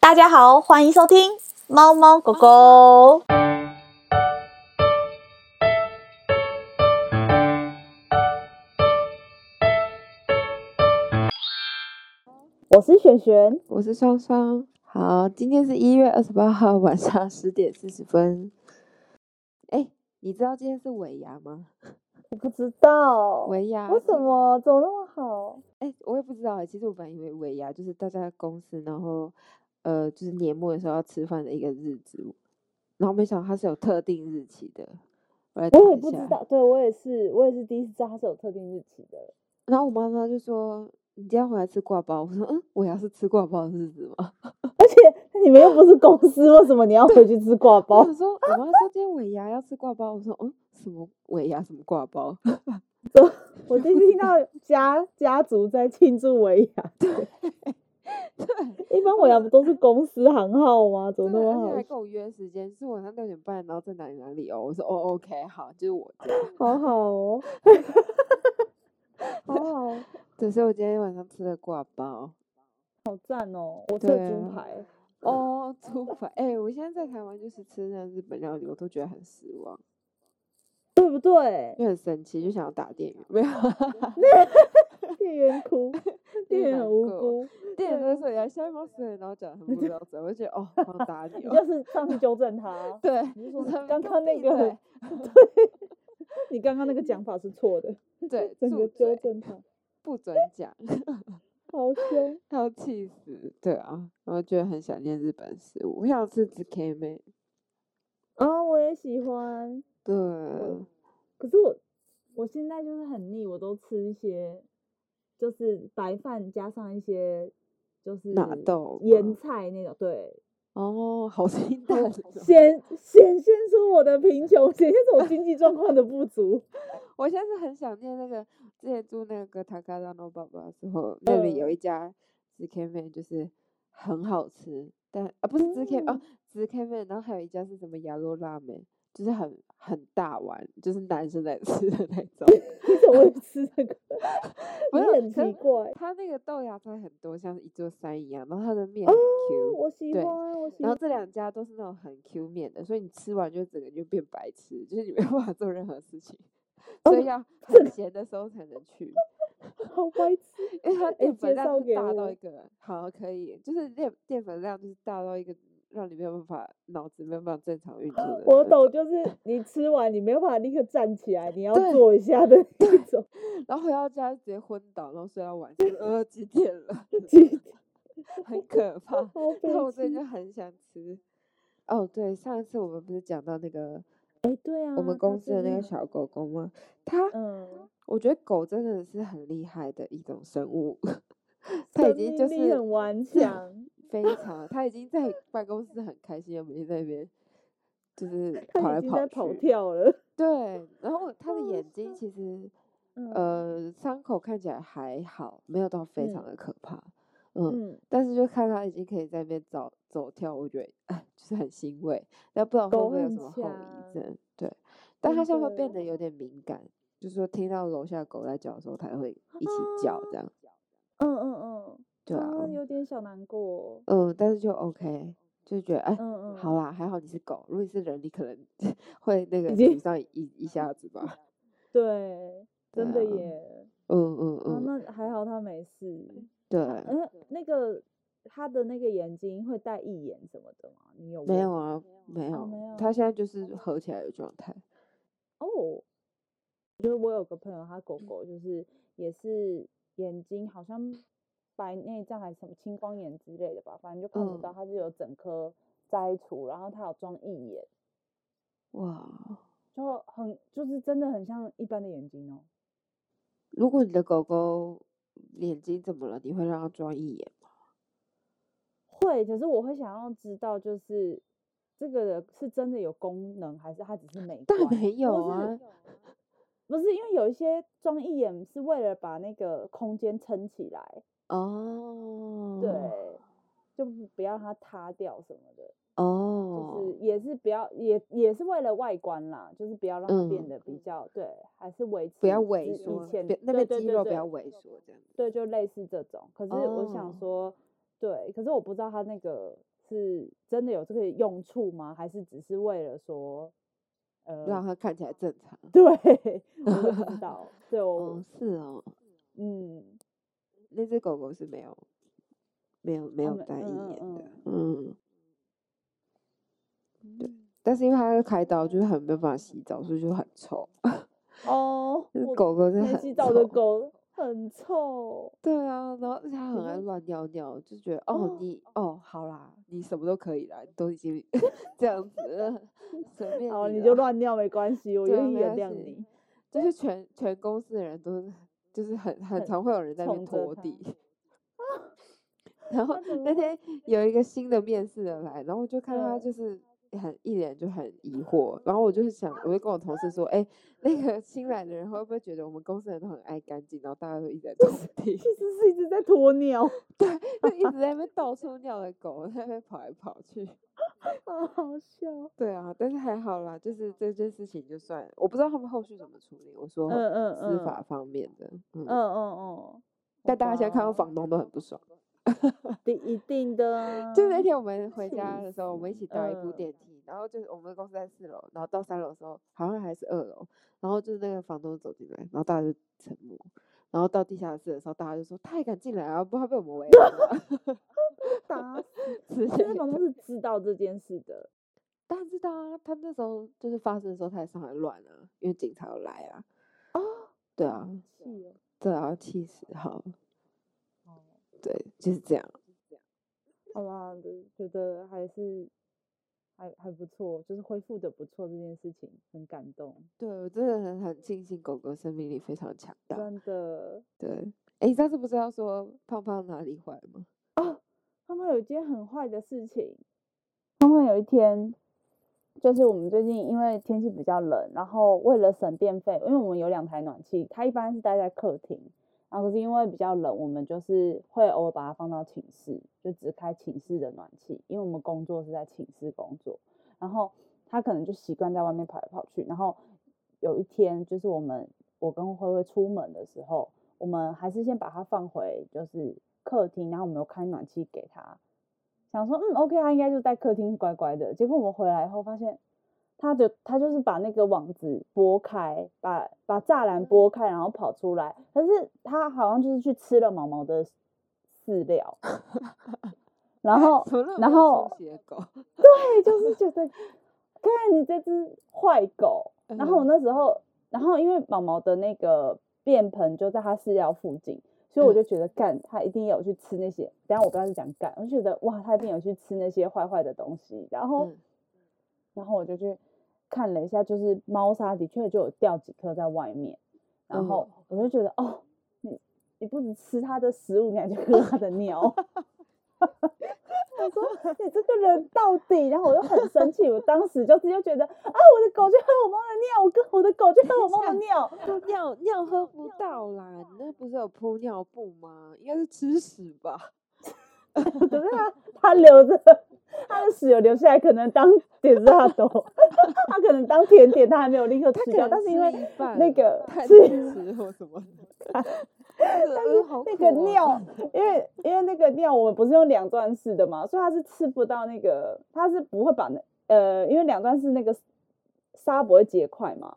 大家好，欢迎收听《猫猫狗狗》。我是璇璇，我是双双。好，今天是一月二十八号晚上十点四十分。哎、你知道今天是尾牙吗？我不知道为尾牙什？么怎么那么好？哎、我也不知道哎、其实我本来以为尾牙就是大家公司，然后呃，就是年末的时候要吃饭的一个日子，然后没想到它是有特定日期的。我来我查也一不知下道，对我也是，我也是第一次知道它是有特定日期的。 然后我妈妈就说：“你今天回来吃挂包？”我说：“嗯，尾牙是吃挂包的日子吗？”而且你们又不是公司，为什么你要回去吃挂我包？想说，我妈说今天尾牙要吃挂包，我说嗯，什么尾牙什么挂包？ 我第一次听到家 家族在庆祝尾牙，对，一般尾牙不都是公司行号吗？怎么那对，而且么还跟我约时间，是晚上六点半，然后在哪里哪里哦。我说哦，OK，好，就是我家。好？好好 哦，好好哦，对，所以我今天晚上吃的挂包。 好赞哦！我吃对猪啊排，哦，出法哎、我现在在台湾就是吃那日本料理，我都觉得很失望，对不对？就很生气，就想要打店员，没有，店员 哭，店员很无辜，店员都说要下一包水，然后讲得很不标准，我就觉得哦，好想打你你哦。就。是上去纠正他 对，你就就说是他们刚给我刚那闭个嘴， 你刚刚那个讲法是错的，对，整住个纠嘴，正他，不准讲。好 凶。他要气死，对啊，然后觉得很想念日本食物，我想吃 z k 妹，啊，我也喜欢，对，嗯可是我我现在就是很腻，我都吃一些，就是白饭加上一些就是纳豆腌吗菜那种，对，哦，好清淡哦，显显现出我的贫穷，显现出我经济状况的不足。 我现在是很想念那个之前住那个塔卡拉诺爸爸的时候，那里有嗯一家 z k 妹，就是很好吃，但啊不是 z k 哦嗯 z k 妹，然后还有一家是什么鸭肉拉面，就是很很大碗，就是男生在吃的那 种，你怎么会吃这个？ 不你是很可奇怪。它那个豆芽菜很多，像是一座山一样，然后它的面哦很 Q。我喜对欢，我喜然后欢。这两家都是那种很 Q 面的，所以你吃完就整个就变白痴，就是你没有办法做任何 事情，所哦以要很闲的时候才能去，好白痴。因为它淀介粉量绍就是给大到我一个好可以，就是淀淀粉量就是大到一个让你没有办法脑子没有办法正常运作的。我。懂，就是你吃完你没有办法立刻站起来，你要对坐一下的那种。 然后回到家就直接昏倒，然后睡到晚上呃几点了， 很可 怕。好然后我最悲戚。近就很想吃。哦，对，上一次我们不是讲到那个哎，对啊，我们他公司最的那近个小狗狗吗？它嗯。我觉得狗真的是很厉害的一种生物， 它已生经命就力很是顽是强，非常，它已经在办公室很开心，又没在那边就是跑它来已经在跑去。跳了。对，然后它的好眼睛其实嗯呃伤口看起来还好，没有到非常嗯的可怕，嗯，嗯，但是就看它已经可以在那边走走跳，我觉得哎就是很欣慰，但不知道会狗不会有很什么后强遗症。对，但它真现在会的变得有点敏感，就是说听到楼下狗在叫的时候，它也会一起叫这样。嗯嗯嗯，对啊，啊有点小难过。嗯，但是就 OK，就觉得哎，嗯嗯，好啦，还好你是狗，如果你是人，你可能 会那个经沮丧一一下子吧。对，对真的啊耶。嗯嗯啊，嗯，那还好它没事。对，嗯，那个它的那个眼睛会带义眼什么的吗？你有没问有啊，没哦没有有，它现在就是合起来的状态。哦，就是我有个朋友，他嗯狗狗就是也是眼睛好像白内障还是什么青光眼之类的吧，反正就看不嗯到，它是有整颗摘除，然后它有装义眼，哇，就很就是真的很像一般的眼睛哦。如果你的狗狗眼睛怎么了，你会让它装义眼吗？ 会，可是我会想要知道，就是这个人是真的有功能，还是它只是美观？但没有或是啊， 不是因为有一些装义眼是为了把那个空间撑起来，哦，对，就不不要让它塌掉什么的，哦，就是也是不要也也是为了外观啦，就是不要让它变嗯得比较对，还是维持不要之萎以缩，前别那对边对肌对肉不对要萎缩，这样子。对，就类似这种。可是我想哦说，对，可是我不知道它那个是真的有这个用处吗？还是只是为了说，让呃，它看起来正常。对，我就 不知道，对我哦，，是哦，嗯，那只狗狗是没有没有没它有们单一嗯眼的，嗯嗯，但是因为它要开刀，就是很没有办法洗澡，所以就很臭。 哦，就是我狗狗真的没很洗澡的臭狗很臭，对啊，然后而且它很你爱会乱尿尿，就觉得哦哦你哦好啦，你什么都可以啦，都已经 这样子了，随便哦，你你就了，乱尿没关系，我对啊愿意没原关谅系你。就是全全公司的人都 是就是很很很常会有人在那边宠着拖它地。 然后他怎么那会 天有一个新的面试的来，然后我就看到他嗯就是很一脸就很疑惑，然后我就是想，我就跟我同事说，哎、那个新来的人会不会觉得我们公司人都很爱干净，然后大家都一直在 拖地，其实是一直在鸵鸟， 就一直在那边到处尿的狗，在那边跑来跑去。好好笑。对啊，但是还好啦，就是这件事情就算了，我不知道他们后续怎么处理。我说嗯嗯哦司嗯，法方面的，嗯，嗯嗯嗯，但好大家现在看到吧房东都很不爽。一定一定的啊，就那天我们回气家的时候，我们一起死搭一部嗯电梯，然后就是我们公司在四楼，然后到三楼的时候好像还是二楼，然后就是那个房东走进来，然后大家就沉默，然后到地下室的时候，大家就说他也敢进来啊，不怕被我们围了吗？打死， 之类这房东的是知道这件事的，当然知道啊，他那时候就是发生的时候，他也上来乱啊，因为警察有来啊。对啊，气哦，对啊，气死好，哦对，就是这样。好吧，就觉得还是还还不错，就是恢复的不错这件事情，很感动，对我真的很很庆幸狗狗生命力非常强大。真的。对，哎，你上次不是要说胖胖哪里坏吗？ 他们有一件很坏的事情，他们有一天，就是我们最近因为天气比较冷，然后为了省电费，因为我们有两台暖气，它一般是待在客厅，然后可是因为比较冷，我们就是会偶尔把它放到寝室，就只开寝室的暖气，因为我们工作是在寝室工作，然后它可能就习惯在外面跑来跑去，然后有一天就是我们我跟灰灰出门的时候，我们还是先把它放回就是客厅，然后我们有开暖气给它，想说嗯 OK，它应该就在客厅乖乖的。结果我们回来以后发现，它就它就是把那个网子拨开，把把栅栏拨开，然后跑出来。可是它好像就是去吃了毛毛的饲料，然后怎么那么然没有后出息的狗？对，就是觉得，看你这只坏狗。然后我嗯那时候，然后因为毛毛的那个便盆就在它饲料附近，所以我嗯就觉得干，它一定有去吃那些。等一下我不要是讲干，我就觉得哇，它一定有去吃那些坏坏的东西。然后，嗯然后我就去看了一下，就是猫砂的确就有掉几颗在外面，然后嗯我就觉得哦，你你不止吃它的食物，你还去喝它的尿。 我说你这个人到底，然后我就很生气，我当时就直接觉得啊，我的狗去喝我猫的尿，我跟我的狗去喝我猫的尿，不尿尿喝不到啦，你那不是有铺尿布吗？应该是吃屎 吧？可是它它留着它的屎有留下来，可能当点热抖， 它可能当甜点，它还没有立刻它吃可掉，能但是吃因为一半那个 太是吃或什么 的，但是那哦个 尿，因为因为那个尿我们不是用两段式的嘛，所以它是吃不到那个，它是不会把那呃，因为两段式那个沙不会结块嘛，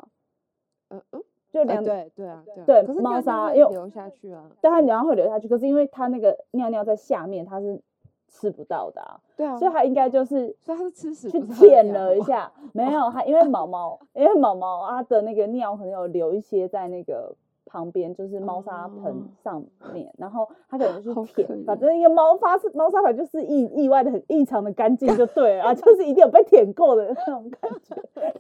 嗯嗯，就哎两、对对啊，啊对可是猫尿砂尿会因为流下去啊，但它然后会流下去，可是因为它那个尿尿在下面，它是吃不到的、啊，对啊，所以它应该就是所以它是吃屎去不是喝舔尿了一吗， 下，没有它，因为毛毛，因为毛毛它的那个尿可能有留一些在那个旁边，就是猫砂哦盆上面，然后它可能就好去舔可，怜反正一个猫砂是猫砂盆就是意意外的很异常的干净就对了啊，就是一定有被舔过的那种感觉。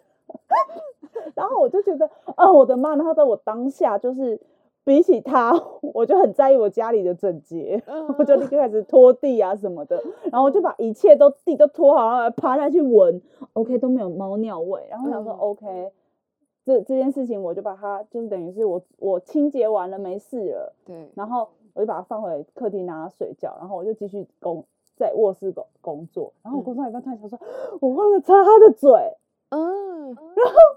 然后我就觉得，啊，我的妈！然后在我当下就是。比起它，我就很在意我家里的整洁。 我就立嗯刻开始拖地啊什么的，然后我就把一切都地都拖好，然后趴下去闻，OK 都没有猫尿味，然后我想说嗯 OK，这这件事情我就把它就是等于是我我清洁完了没事了，对，然后我就把它放回客厅拿它睡觉，然后我就继续工在卧室工工作，然后我工作到一半突然想说，我忘了擦它的嘴， 嗯，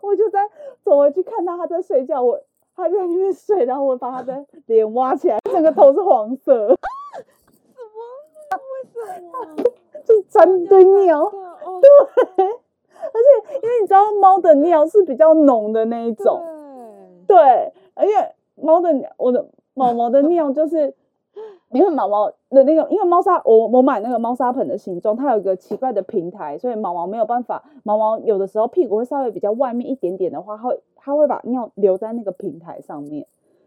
我就在走回去看到它在睡觉，我它在那边睡，然后我把它的脸挖起来，整个头是黄色。为什么？ 就是沾堆尿，啊哦，而且因为你知道猫的尿是比较浓的那一种，嗯对，对，而且猫的尿我的毛毛的尿就是， 因为毛毛的那个，因为猫砂我我买那个猫砂盆的形状，它有一个奇怪的平台，所以毛毛没有办法，毛毛有的时候屁股会稍微比较外面一点点的话，它会它会把尿留在那个平台上面，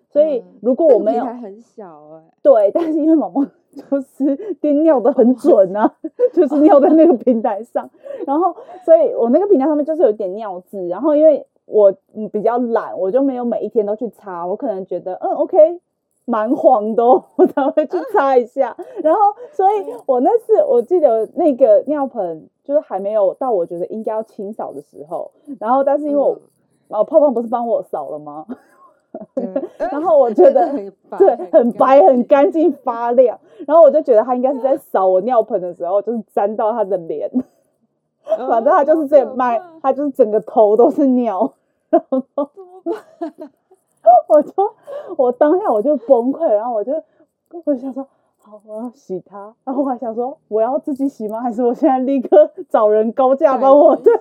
所以嗯如果那我个没平有台很小哎，对，但是因为毛毛就是 颠尿的很准啊，就是尿在那个平台上，然后所以我那个平台上面就是有点尿渍，然后因为我嗯比较懒，我就没有每一天都去擦，我可能觉得嗯 OK。蛮黄的、哦，我才会去擦一下。 然后，所以我那次我记得那个尿盆就是还没有到我觉得应该要清扫的时候，然后但是因为我、哦泡泡不是帮我扫了吗？嗯，对然后我觉得 很白，对，很白很干干净发亮。然后我就觉得他应该是在扫我尿盆的时候，就是沾到他的脸，哦净，反正他就是这麦麦，，他就是整个头都是尿。怎么办 我就我当下我就崩溃，然后我就我就想说，好，我要洗它。然后我还想说，我要自己洗吗？还是我现在立刻找人高价帮我？对，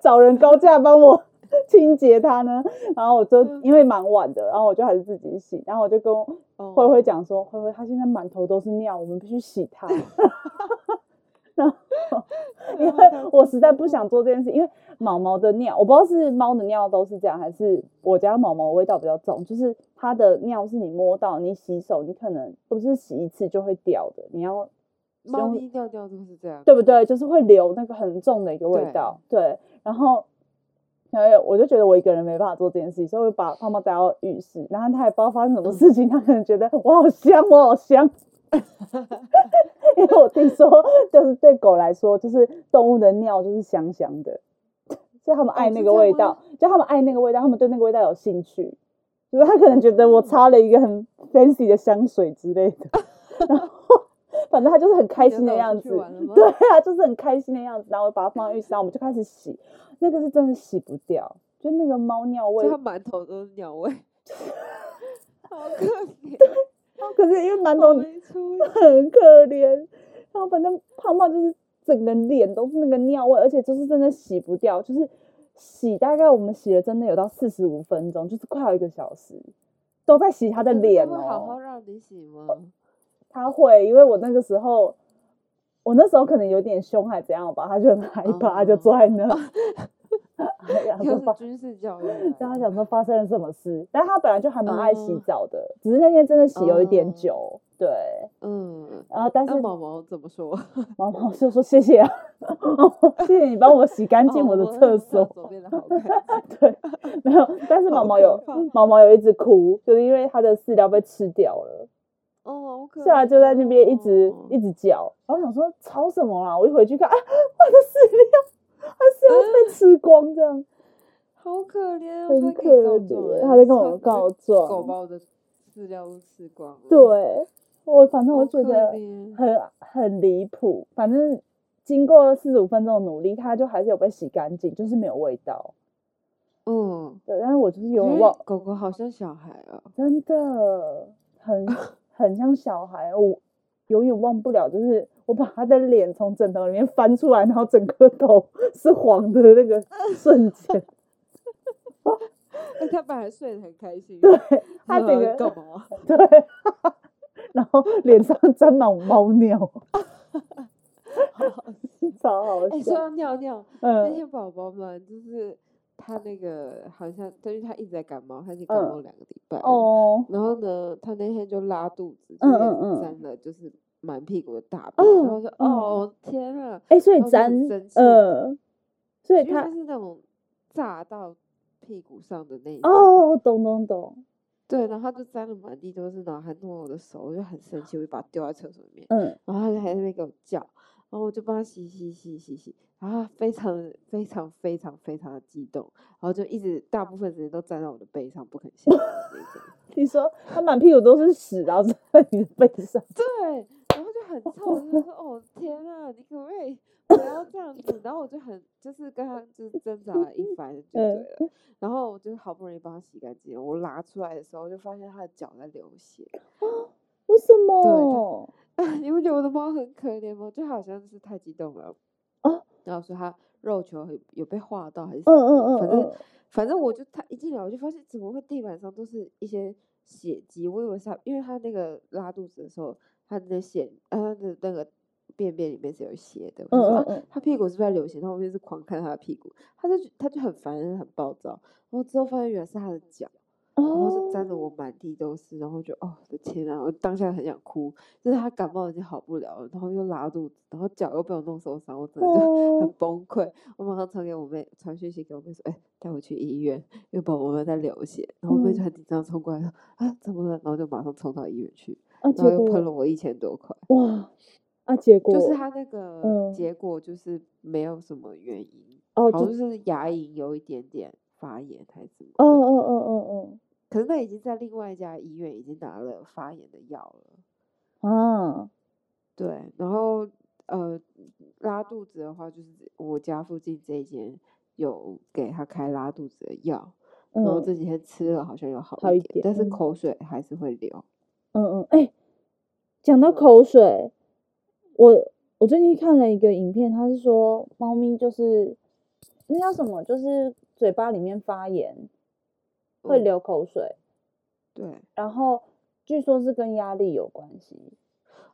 找人高价帮我清洁它呢？然后我就嗯因为蛮晚的，然后我就还是自己洗。然后我就跟我慧会慧讲说，慧慧她现在满头都是尿，我们必须洗她。因为 我实在不想做这件事，因为毛毛的尿，我不知道是猫的尿都是这样，还是我家毛毛味道比较重，就是它的尿是你摸到，你洗手，你可能不是洗一次就会掉的，你要猫用咪尿尿都是这样，对不对？就是会留那个很重的一个味对道，对。然后，然后我就觉得我一个人没办法做这件事情，所以我把胖胖带到浴室，然后他也不知道发生什么嗯事情，他可能觉得我好香，我好香。 因为我听说，就是对狗来说，就是动物的尿就是香香的，所以他们爱哦是那这个样味吗道，就他们爱那个味道，他们对那个味道有兴趣。就是他可能觉得嗯我擦了一个很 fancy 的香水之 类的，然后 反正他就是很开你要心的带我样出去子，玩了 吗对 啊，就是很开心的样子，然后我把它放在浴室，然后我们就开始洗，那个是真的洗不掉，就那个猫尿味就。它满头都是鸟味，好 可怜，可是因为馒哦我头没出息，很可怜，然后反正胖胖就是整个脸都是那个尿味，而且就是真的洗不掉，就是洗大概我们洗了真的有到四十五分钟，就是快要一个小时，都在洗它的可是它脸哦。会好好让你洗吗？他会，因为我那个时候，我那时候可能有点凶还怎样吧，他就很害怕，他就哦坐在那，哎 然后又就是发，军事教育然后来他的，想说发生了什么事，但他本来就还蛮爱洗哦澡的，只是那天真的洗有一点哦久，对，嗯，然后但是那毛毛怎么说？毛毛就说谢谢啊，谢谢你帮我洗干净哦我的那厕所，所变得好看 净，对，没有，但是毛好毛可有怕毛毛有一直哭，就是因为它的饲料被吃掉了。哦，好可是啊，怜就在那边一直哦一直叫，然后想说吵什么啦？我一回去看，啊，我的饲料，它饲料嗯被吃光，这样好可怜哦，很他可可以告状怜。哎他在跟我差点告就狗状，把我的饲料都吃光了，对我反正好我可觉得怜，很很离谱。反正经过四十五分钟的努力，它就还是有被洗干净，就是没有味道。嗯，对，但是我就是有因点为忘，狗狗好像小孩 啊，真的很 很像小孩，我永远忘不了，就是我把他的脸从枕头里面翻出来，然后整个头是黄的那 个瞬间，哎，它本来睡得很开心，嗯对 他然整后个干 嘛？对，然后脸上沾满猫 尿， 超好哎，说笑，到尿尿，那嗯些宝宝们就是他那个好像，因为他一直在感冒，他已经嗯感冒两个礼拜了哦，然后呢，他那天就拉肚子，就嗯是嗯嗯沾了就是满屁股的大便，然后就嗯哦天啊，哎，所以然后就沾很生气呃，所以因为他它是那种炸到屁股上的那一种，哦，懂懂懂，对，然后他就沾的满地都是，然后还弄我的手，我就很生气，我就把它丢在厕所里面，嗯，然后他就还在那边给我叫，然后我就帮他洗洗洗洗洗，然后他非常非常非常非常的激动，然后就一直大部分时间都站在我的背上不肯下来的那种。你说他满屁股都是屎，然后在你的背上，对，然后就很臭，我就说哦天啊，你可不可以不要这样子？然后我就很就是跟他就是挣扎了一番就对嗯了。然后我就好不容易帮他洗干净，我拿出来的时候就发现他的脚在流血，为什么？哦 你不觉得我的猫很可怜吗？就好像是太激动了，哦然后说它肉球有有被划到还是什嗯么嗯嗯反嗯正，反正我就它一进来我就发现怎么会地板上都是一些血迹，我以为是它，因为它那个拉肚子的时候，它的血呃它的那个便便里面是有血的，我就嗯说、嗯啊嗯它屁股是不是在流血？然后我就是狂看它的屁股，它就它就很烦很暴躁，然后之后发现原来是它的脚。然后就沾哦，的我满地都是，然后就哦我的天啊，我当下很想哭，就是他感冒已经好不了了，然后又拉肚子，然后脚又被我弄受伤，我真的就很哦崩溃。我马上传给我妹，传讯息给我妹说，哎、带我去医院，因为宝宝们在流血。然后我妹就嗯很紧张冲过来说，啊怎么了？然后就马上冲到医院去，啊，然结后又喷了果我一千多块。哇，啊，结果就是他那个嗯结果就是没有什么原因，哦，好就像就是牙龈有一点点发炎还是怎么哦的。哦哦可是那已经在另外一家医院已经拿了发炎的药哦了，哦，啊，对，然后呃拉肚子的话，就是我家附近这一间有给他开拉肚子的药，然后嗯这几天吃了好像有好好一一点，点但是嗯口水还是会流。嗯嗯，哎，讲到嗯口水，我我最近看了一个影片，他是说猫咪就是那叫什么，就是嘴巴里面发炎会嗯，流口水，对，然后据说是跟压力有关系，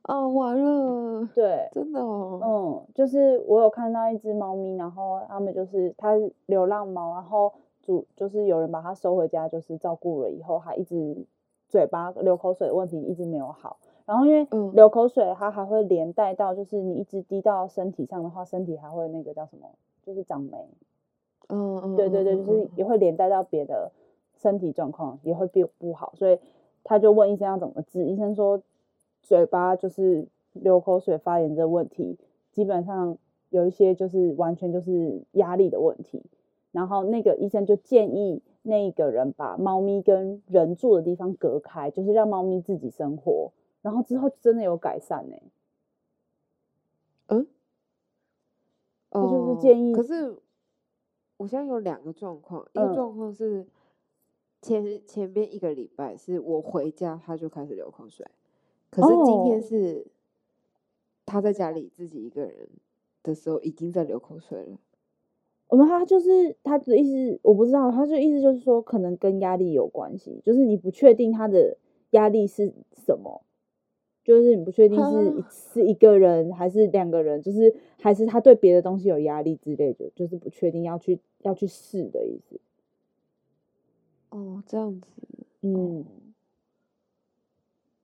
哦，完了，对。真的哦，嗯，就是我有看到一只猫咪，然后它们就是它是流浪猫，然后主就是有人把它收回家，就是照顾了以后，它一直嘴巴流口水的问题一直没有好。然后因为嗯，流口水，它还会连带到，就是你一直滴到身体上的话，身体还会那个叫什么，就是长霉。嗯嗯对对对，就嗯嗯是也会连带到别的身体状况，也会变不好。所以他就问医生要怎么治，医生说嘴巴就是流口水发炎这问题，基本上有一些就是完全就是压力的问题。然后那个医生就建议那个人把猫咪跟人住的地方隔开，就是让猫咪自己生活。然后之后真的有改善呢、欸嗯，他就是哦，建可议，是我现在有两个状况，一个嗯状况是前前边一个礼拜是我回家他就开始流口水，可是今哦，天是他在家里自己一个人的时候已经在流口水了。我们他就是他的意思，我不知道，他就意思就是说，可能跟压力有关系，就是你不确定他的压力是什么，就是你不确定是一哈，是一个人还是两个人，就是还是他对别的东西有压力之类的，就是不确定要去要去试的意思。哦，这样子，哦，嗯，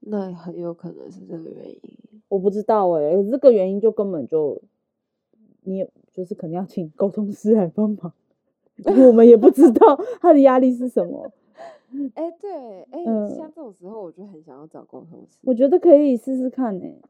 那也很有可能是这个原因。我不知道诶、这个原因就根本就你也就是可能要请沟通师来帮忙，因为我们也不知 道他的压力是什么。哎，对，哎，嗯，像这种时候，我就很想要找沟通师。我觉得可以试试看欸诶、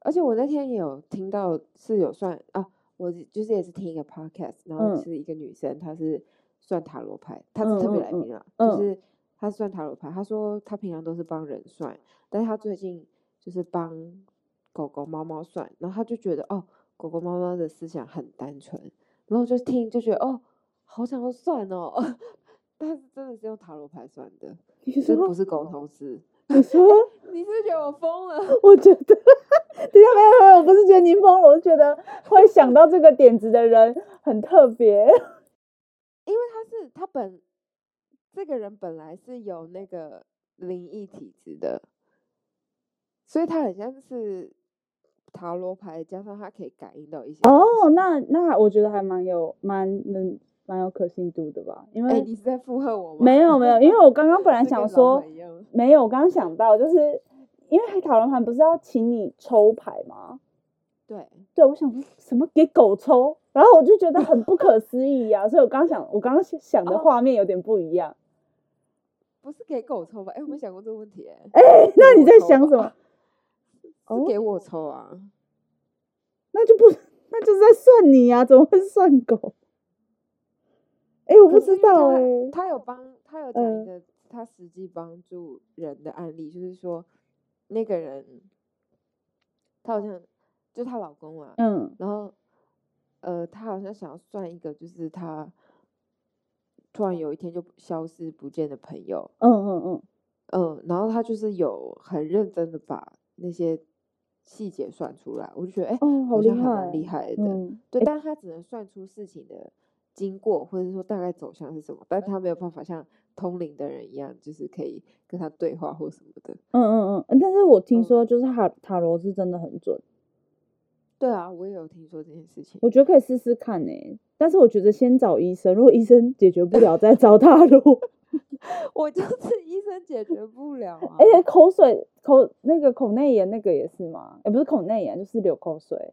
而且我那天也有听到是有算啊，我就是也是听一个 podcast，然后嗯。是一个女生，她是算塔罗牌，她是特嗯别来嗯宾啊，就嗯是她算塔罗牌，她说她平常都是帮人算，但是她最近就是帮狗狗、猫猫算，然后她就觉得哦，狗狗、猫猫的思想很单纯，然后就听就觉得哦，好想要算哦， 但是真的是用塔罗牌算的，嗯，你这不说，是沟通师，你说，哎，你是不是觉得我疯了？我觉得， 等一下没有没有，我不是觉得您疯了，我是觉得会想到这个点子的人很特别。因为他是他本这个人本来是有那个灵异体质的，所以他很像是塔罗牌，加上他可以感应到一些东哦，西。那那我觉得还蛮有蛮能蛮有可信度的吧，因哎，为你是在附和我吗？没有没有，因为我刚刚 本来是想跟老说板一样吗。没有，我刚刚想到就是因为讨论盘不是要请你抽牌吗？对，对，我想说什么给狗抽，然后我就觉得很不可思议呀、所以我刚想我刚刚想想的哦，画面有点不一样。不是给狗抽吧？哎，我没想过这个问题，哎，哎，是给那你我在抽想吧？什么？ 是哦。给我抽啊？那就不， 那就是在算你呀、怎么会算狗？哎、我不可知是因为道哎、他他有帮他有讲一嗯个他实际帮助人的案例，就是说那个人她好像就她老公啊，嗯然后呃，她好像想要算一个，就是她突然有一天就不消失不见的朋友，嗯嗯嗯，嗯，然后她就是有很认真的把那些细节算出来，我就觉得哎、哦，好好厉像还蛮害，厉害的。嗯，对，但他只能算出事情的经过，或者说大概走向是什么，但他没有办法像通灵的人一样，就是可以跟他对话或什么的。嗯嗯嗯，但是我听嗯说就是塔塔罗是真的很准，对啊，我也有听说这件事情。我觉得可以试试看呢、但是我觉得先找医生，如果医生解决不了再找塔 罗。我就是 医生解决不了啊。而且哎口水口那个口内炎那个也是吗？哎也不是口内炎，就是流口水。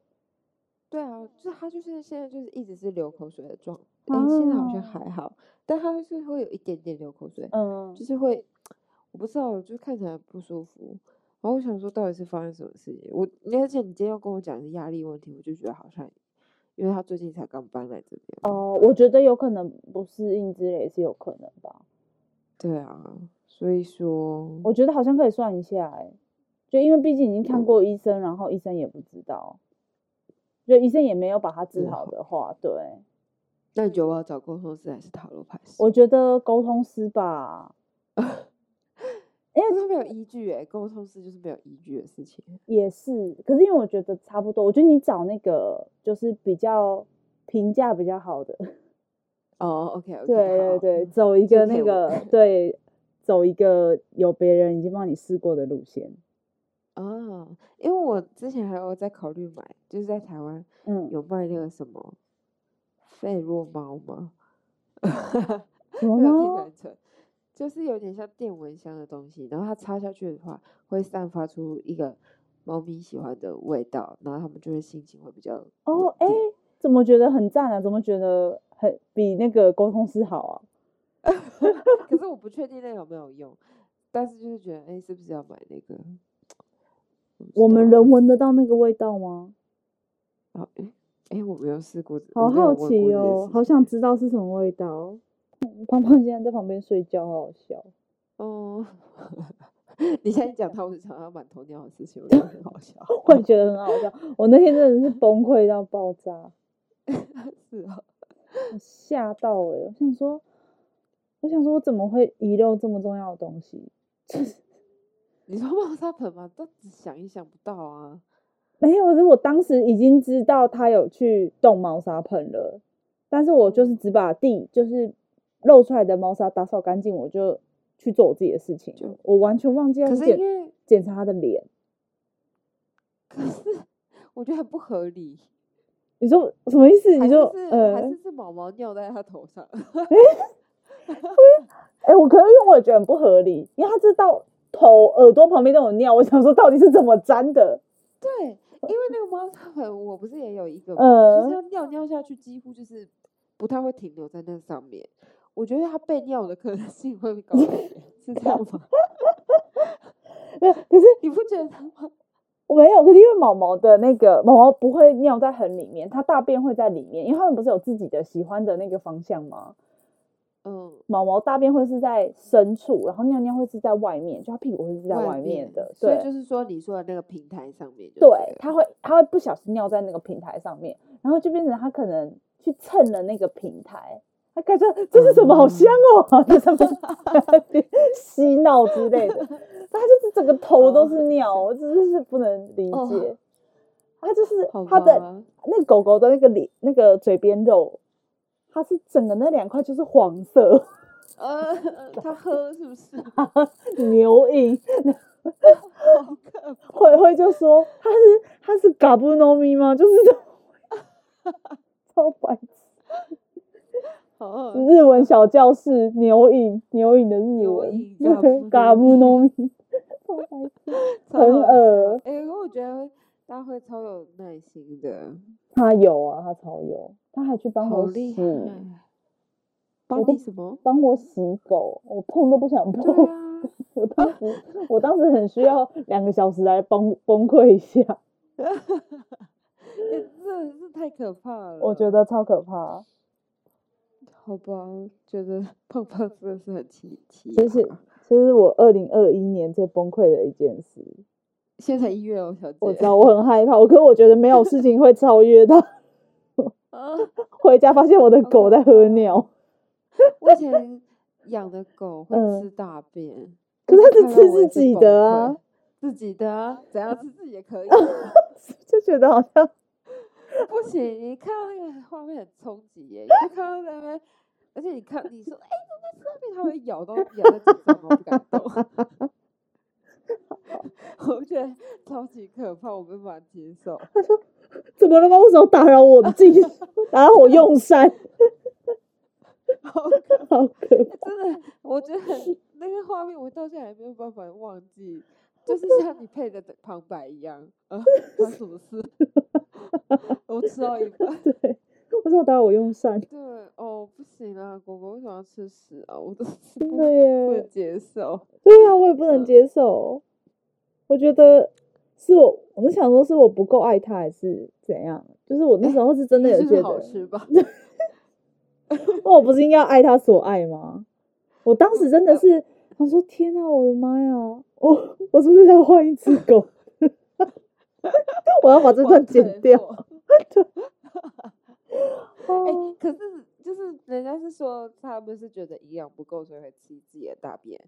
对啊，就是他就是现在就是一直是流口水的状，哎、现在好像哦还好，但他就是会有一点点流口水，嗯就，是会，我不知道，就看起来不舒服。然后我想说，到底是发生什么事情？我，而且你今天要跟我讲是压力问题，我就觉得好像，因为他最近才刚搬来这边。哦，我觉得有可能不适应之类是有可能吧。对啊，所以说，我觉得好像可以算一下、欸，就因为毕竟已经嗯看过医生，然后医生也不知道，就医生也没有把它治治好好的话，对，那你觉得我要找沟通师还是塔罗牌师？ 我觉得沟通师吧，可是没有依据哎、沟通师就是没有依据的事情。也是，可是因为我觉得差不多，我觉得你找那个就是比较评价比较好的，哦，OK，, o k 对对对，嗯走一这个可以那我个对，走一个有别人已经帮你试过的路线，啊，因为我之前还有在考虑买，就是在台湾嗯，有卖那个什么费洛猫吗？什么这啊个听起来吗？很蠢，就是有点像电蚊香的东西，然后它插下去的话，会散发出一个猫咪喜欢的味道，然后它们就会心情会比较哦稳，哎、定怎么觉得很赞啊？怎么觉得很比那个沟通师好啊？可是我不确定那有没有用，但是就是觉得，哎、是不是要买那个？不我知们道能闻得到那个味道吗？哎，啊哎、哎我没有试过这，好我没有好问过奇这件哦事，好情想知道是什么味道。嗯胖胖现在在旁边睡觉，好好笑。哦， 你现在讲他，我就想到满头尿的事情，我觉得 很好笑。我也觉得很好笑，我那天真的是崩溃到爆炸， 是啊，我吓到哎、我想说，我想说我怎么会遗漏这么重要的东西？你说猫砂盆吗？但只想也想不到啊。没有，是我当时已经知道他有去动猫砂盆了，但是我就是只把地就是露出来的猫砂打扫干净，我就去做我自己的事情就了，我完全忘记要可去是检因为，检查他的脸。可是我觉得很不合理。你说什么意思？还你是说是呃，还是是毛毛尿在他头上。哎、我可能因为我也觉得很不合理，因为他知道头、耳朵旁边都有尿，我想说到底是怎么粘的？对，因为那个猫砂盆，我不是也有一个吗，就是呃，它尿尿下去几乎就是不太会停留在那上面。我觉得它被尿的可能性会高一点，是这样吗？ 没有，可是你不觉得吗？我没有，可是因为毛毛的那个毛毛不会尿在很里面，它大便会在里面，因为它们不是有自己的喜欢的那个方向吗？嗯，毛毛大便会是在深处，然后尿尿会是在外面，就它屁股会是在外面面的，所以对。就是说你说的那个平台上面就对，它它会它会不小心尿在那个平台上面，然后就变成它可能去蹭了那个平台，它感觉这是什么好香哦，在上面 嬉闹之类的，它就是整个头都是哦尿，我真的是不能理哦解。它就是好吧它的那狗狗的那个脸那个嘴边肉，它是整个那两块就是黄色呃，它喝是不是？ 牛印，好可怕慧慧就说它是它是嘎布诺咪吗？就是这种 超白痴。好恶心日文小教室牛饮牛饮的日嗯牛文饮嘎布，嘎农布农民，超很好恶。哎、可我觉得他会超有耐心的，他有啊，他超有，他还去帮好我厉洗害，。啊帮都你什 么？帮我洗狗，我碰都不想对碰。啊， 我当时，我当时很需要两个小时来崩崩溃一 下，啊哎真的是太可怕了。我觉得超可怕。好吧，觉得 胖胖真的是很奇奇葩。其实，这是我二零二一年最崩溃的一件事。现在一月哦，小姐。我知道我很害怕，我可我觉得没有事情会超越它。啊， 回家发现我的好狗可在喝怕尿。 我以前养的狗会嗯 吃大便，可是它但是看到吃我也自己的崩啊 溃。自己的啊，怎样吃自己也可以啊，就觉得好像不行，你看到那个画面很冲击耶，你就看到在那边，而且你看你说，哎、怎么在吃面？它会咬到咬在地上，我不敢动。 我觉得超级可怕，我没办法接受。怎么了吗？为什么打扰我的 自己，打扰我用膳？好可好可怕！真的，我觉得很那个画面，我到现在还没有办法忘记，就是像你配的旁白一样。呃，关什么事？ 我吃到一半，对，为什么打扰我用膳？对，哦，不行啊，果果为什么要吃屎啊？我都是真不的不能耶，接受。对啊，我也不能嗯接受。我觉得是我，我是想说是我不够爱他，还是怎样？就是我那时候是真 的也有就是觉好得，吃吧？那我不是应该要爱他所爱吗？我当时真的是，我说天啊，我的妈呀，我我是不是要换一只狗？ 我要 把这段剪掉。往退后。哎、哦可是就是人家是说他们是觉得营养不够，所以会吃自己的大便。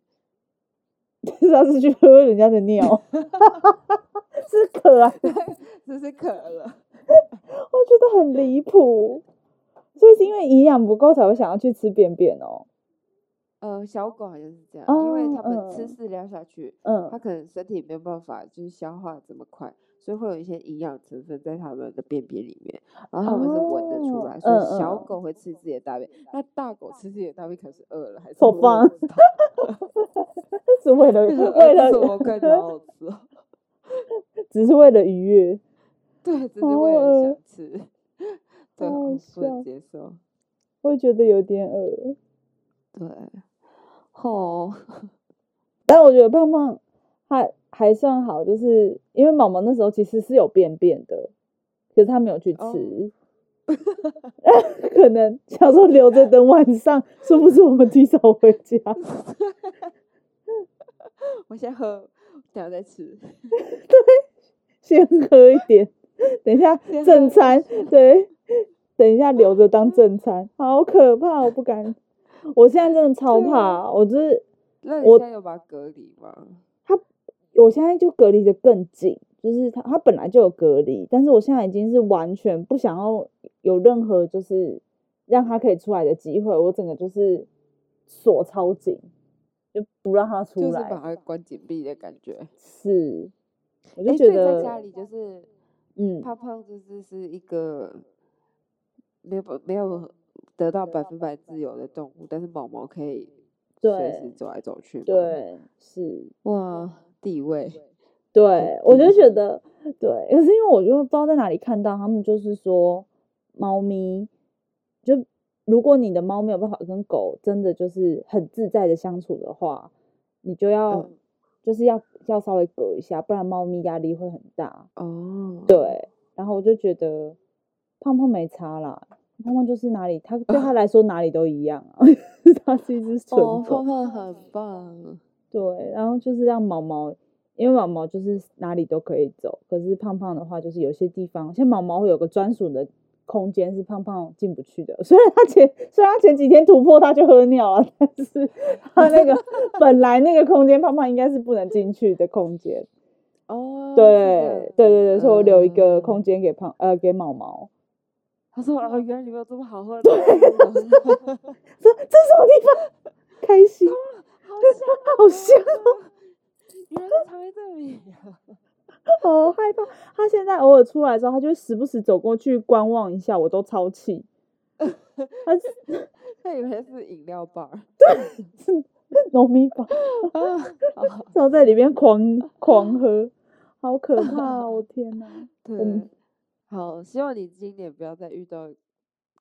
他是去喝人家的尿， 是可爱，这是渴了，我觉得很离谱。所以是因为营养不够才会想要去吃便便哦。 呃，小狗好像是这样，因为哦它们吃嗯饲料下去，它嗯，可能身体没有办法就是消化这么快，所以会有一些营养成分在它们的便便里面，然后它们是闻得出哦来，所以嗯小嗯狗会吃自己的大便，那大狗吃自己的大便可能是饿了还是好我也棒不知道是为了 就是为呃这什了，么快好好吃哦，只是为了愉悦。对，只是好为了恶想吃， 对，好好我不能笑接受，会觉得有点恶。对，吼，但我觉得胖胖还还算好，就是因为毛毛那时候其实是有便便的，可是他没有去吃。哦 可能想说留着等晚上，是不是我们提早回家？ 我先喝，等下再吃，先喝一点，等一下先喝正一餐，对，等一下留着当正餐，好可怕，我不敢。我现在真的超对啊怕，我就是那你我现在有把它隔离吗？我现在就隔离的更紧，就是他他本来就有隔离，但是我现在已经是完全不想要有任何就是让他可以出来的机会，我整个就是锁超紧，就不让他就出是来。把它关紧闭的感觉。是，我哎、就觉所以在得，家里就是嗯，胖胖就是是一个没有没有得到百分百自由的动物，但是毛毛可以随时对走来走去。，对，是，哇，地位对，我就低觉得，对，可是因为我就不知道在哪里看到，他们就是说，猫咪，就如果你的猫没有办法跟狗真的就是很自在的相处的话，你就要、嗯就是要要稍微隔一下，不然猫咪压力会很大。哦，对，然后我就觉得胖胖没差啦，胖胖就是哪里，它对 它来说哪里都一样啊， 它是一只纯哦，狗。胖胖很棒，对，然后就是让毛毛，因为毛毛就是哪里都可以走，可是胖胖的话，就是有些地方，像毛毛会有个专属的空间是胖胖进不去的。 虽然他前虽然他前几天突破他就喝尿了，但是他那个本来那个空间胖胖应该是不能进去的空间。哦，对对对对，所以我留一个空。空间给胖呃给毛毛。他说：“哦，原来你们有这么好喝的东西啊，这这什么地方？ 开心， 好香啊，好香哦！原来是藏在这里 啊。好害怕。他现在偶尔出来之后，他就会时不时走过去观望一下，我都超 气。他是他以为是饮料棒儿是农民吧， 啊，好然后在里面狂狂喝，好可怕、啊！我天 哪，对，嗯好，希望你今年不要再遇到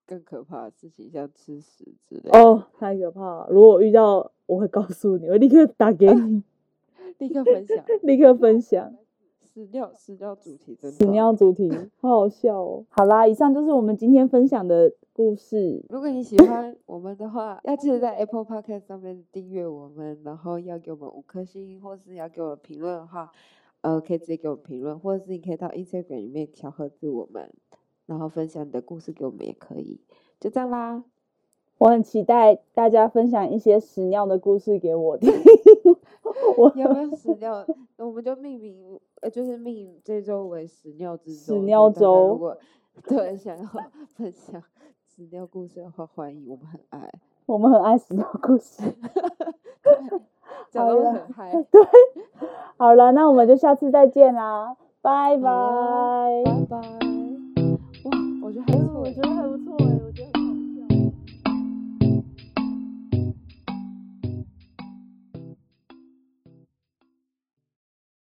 更可怕的事情，像吃屎之类的。哦，太可怕了！如果我遇到，我会告诉你，我立刻打给你，立刻分享立刻分享。屎尿屎尿主题， 真屎的。尿主 题，好好笑哦。好啦，以上就是我们今天分享的故事。如果你喜欢我们的话，要记得在 Apple Podcast 上面订阅我们，然后要给我们五颗星，或是要给我们评论的话，呃，可以直接给我们评论，或者是你可以到 Instagram 里面小盒子我们，然后分享你的故事给我们也可以。就这样啦，我很期待大家分享一些屎尿的故事给我听， 我要不要屎尿？我们就命名，呃，就是命这周为屎尿之屎周。所以尿大家周 如果对想要 分享屎尿故事的话，欢迎，我们很爱。 我们很爱屎尿故事。讲好到了很 嗨，好了，那我们就下次再见啦，拜好啊拜。拜拜。哇，我觉得还哎不错我欸觉得还不错哎、我觉得。